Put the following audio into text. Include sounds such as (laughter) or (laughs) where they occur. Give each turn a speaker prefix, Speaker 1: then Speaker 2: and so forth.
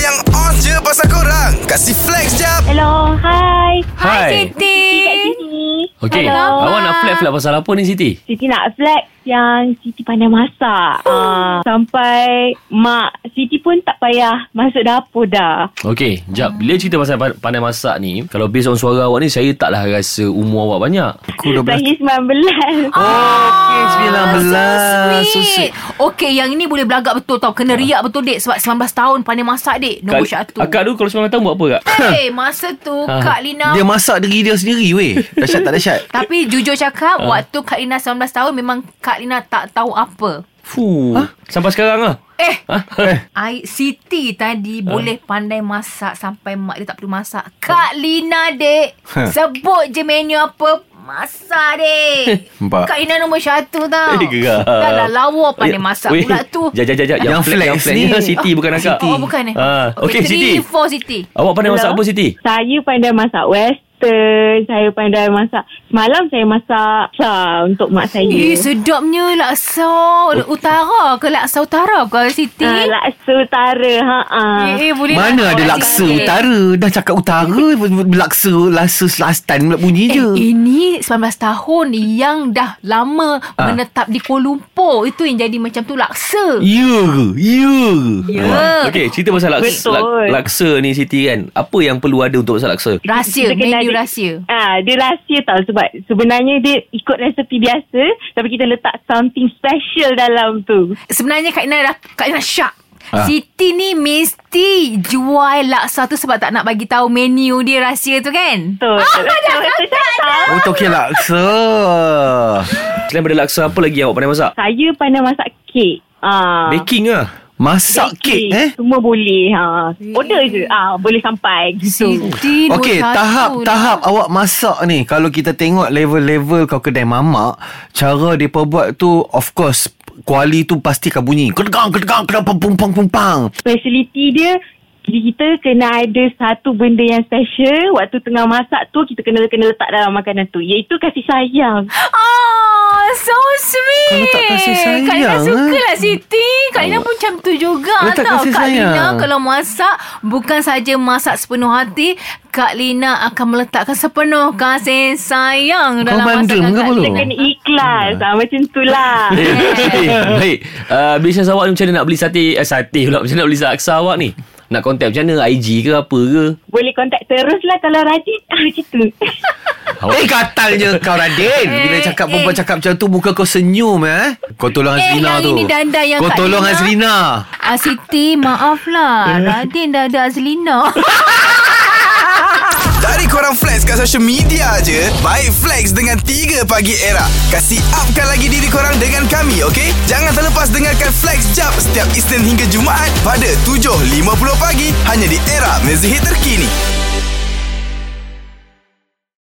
Speaker 1: yang on je pasal korang Kasih flex jap
Speaker 2: Hello, hi.
Speaker 3: Hai.
Speaker 4: Siti.
Speaker 2: Kat sini.
Speaker 3: Okey,
Speaker 4: Alamak.
Speaker 3: awak nak flex lah pasal apa ni Siti?
Speaker 2: Siti nak flex yang Siti pandai masak. Ah, sampai mak Siti pun tak payah masuk dapur dah.
Speaker 3: Okey, jap. Bila cerita pasal pan- pandai masak ni, kalau based on suara awak ni, saya taklah rasa umur awak banyak.
Speaker 1: Aku
Speaker 2: Saya 19.
Speaker 3: Okey,
Speaker 4: Oh, So sweet. Okey, yang ini boleh belagak betul tau. Kena riak betul, Dek. Sebab 19 tahun pandai masak, Dek. Nombor satu.
Speaker 3: Akak tu kalau 19 tahun buat apa kak?
Speaker 4: Hey, masa tu
Speaker 3: Ha.
Speaker 4: Kak Lina
Speaker 1: Dia masak diri dia sendiri weh Dahsyat tak dahsyat
Speaker 4: Tapi jujur cakap
Speaker 3: Ha.
Speaker 4: Waktu Kak Lina 19 tahun Memang Kak Lina tak tahu apa
Speaker 3: Fuh.
Speaker 1: Ha?
Speaker 3: Sampai sekarang lah.
Speaker 4: Eh
Speaker 3: Ha?
Speaker 4: I, Siti tadi Boleh pandai masak Sampai mak dia tak perlu masak Kak Lina dek
Speaker 3: Ha.
Speaker 4: Sebut je menu apa Masak dek
Speaker 3: (laughs)
Speaker 1: Nampak?
Speaker 4: Kak Lina nombor satu tau
Speaker 3: Eh, geram.
Speaker 4: Dah lah lawa pandai masak
Speaker 3: Ya. Weh,
Speaker 4: pula tu
Speaker 3: Jap, jap, jap. jap.
Speaker 1: Yang flex
Speaker 3: yang flex ni.
Speaker 1: ni.
Speaker 3: Siti bukan akak.
Speaker 4: Oh, oh bukan eh
Speaker 1: Ah,
Speaker 3: Ha. Okey, Siti.
Speaker 4: Three, four Siti
Speaker 3: Awak pandai masak
Speaker 2: Hello?
Speaker 3: apa Siti?
Speaker 2: Saya pandai masak western. Saya pandai masak. Semalam saya masak laksa untuk mak
Speaker 1: Oh.
Speaker 2: saya.
Speaker 4: Eh, sedapnya laksa utara ke laksa utara ke Siti?
Speaker 2: Ah, laksa utara. Ha, ah.
Speaker 4: Eh, eh, boleh lah.
Speaker 1: Mana ada
Speaker 4: Orang
Speaker 1: laksa
Speaker 4: sikit.
Speaker 1: utara Dah cakap utara Laksa Laksa selatan pula bunyi
Speaker 4: Eh,
Speaker 1: je
Speaker 4: ini 19 tahun yang dah lama
Speaker 1: Ah.
Speaker 4: menetap di Kuala Lumpur. Itu yang jadi macam tu laksa.
Speaker 1: Ya ke? Ya ke? Ah,
Speaker 4: Ya.
Speaker 3: Okey, cerita pasal
Speaker 2: Betul.
Speaker 3: laksa, lak- laksa ni Siti kan. Apa yang perlu ada untuk masak laksa?
Speaker 4: Rahsia,
Speaker 2: Kita kena
Speaker 4: menu
Speaker 2: ada-
Speaker 4: rahsia.
Speaker 2: Ah, dia rahsia tau sebab sebenarnya dia ikut resepi biasa tapi kita letak something special dalam tu.
Speaker 4: Sebenarnya Kak Ina dah Kak Ina syak.
Speaker 1: Ah.
Speaker 4: Siti ni mesti jual laksa tu sebab tak nak bagi tahu menu dia rahsia tu kan?
Speaker 2: Betul. Ah, dah
Speaker 1: Oh, tu okey laksa.
Speaker 3: Selain daripada laksa, apa lagi yang awak pandai masak?
Speaker 2: Saya pandai masak kek. Ah.
Speaker 3: Baking lah.
Speaker 1: Masak kek eh?
Speaker 2: Semua boleh. Ha. Order je. Ah, boleh sampai gitu.
Speaker 4: Siti nombor
Speaker 1: Okey,
Speaker 4: satu
Speaker 1: tahap
Speaker 4: lah.
Speaker 1: tahap awak masak ni kalau kita tengok level-level kau kedai mamak, cara depa buat tu of course kuali tu pasti akan bunyi. Kedegang kedegang kedegang pum pum pum pang.
Speaker 2: Facility dia kita kena ada satu benda yang special waktu tengah masak tu kita kena kena letak dalam makanan tu iaitu kasih sayang.
Speaker 4: Oh, so sweet.
Speaker 1: Kalau tak kasih sayang,
Speaker 4: Kak Ina suka
Speaker 1: eh.
Speaker 4: lah Siti. Kak Ina pun macam tu juga
Speaker 1: Kalau tak
Speaker 4: tau.
Speaker 1: kasih
Speaker 4: Kak
Speaker 1: sayang.
Speaker 4: Lina kalau masak, bukan saja masak sepenuh hati. Kak Lina akan meletakkan sepenuh kasih sayang
Speaker 1: Kau
Speaker 4: dalam
Speaker 1: bandel
Speaker 4: masakan
Speaker 1: ke
Speaker 4: Kak
Speaker 1: apa lu?
Speaker 4: Lina.
Speaker 2: Kena ikhlas.
Speaker 1: Ya.
Speaker 2: Ha, macam tu lah.
Speaker 3: (laughs) Eh, eh, Baik. Uh, bisnes awak ni macam mana nak beli sate? Eh, sate pula. Macam mana nak beli laksa awak ni? Nak kontak macam mana? IG ke apa ke?
Speaker 2: Boleh kontak terus lah kalau rajin. (laughs) Ah, macam tu.
Speaker 3: Awak-
Speaker 1: Eh katalnya kau Radin Bila
Speaker 4: Eh,
Speaker 1: cakap
Speaker 4: eh.
Speaker 1: perempuan cakap macam tu Muka kau senyum eh Kau
Speaker 4: Eh,
Speaker 1: tolong Azrina
Speaker 4: yang
Speaker 1: tu
Speaker 4: ini dandan yang
Speaker 1: Kau
Speaker 4: Kak
Speaker 1: tolong
Speaker 4: Lina.
Speaker 1: Azrina
Speaker 4: Ah, Siti, maaf
Speaker 1: Eh.
Speaker 4: lah. Radin dah ada Azlina.
Speaker 5: Dari korang flex kat social media je Baik flex dengan 3 pagi era Kasih upkan lagi diri korang dengan kami okay? Jangan terlepas dengarkan flex jap Setiap Isnin hingga Jumaat Pada 7.50 pagi Hanya di era mezihit terkini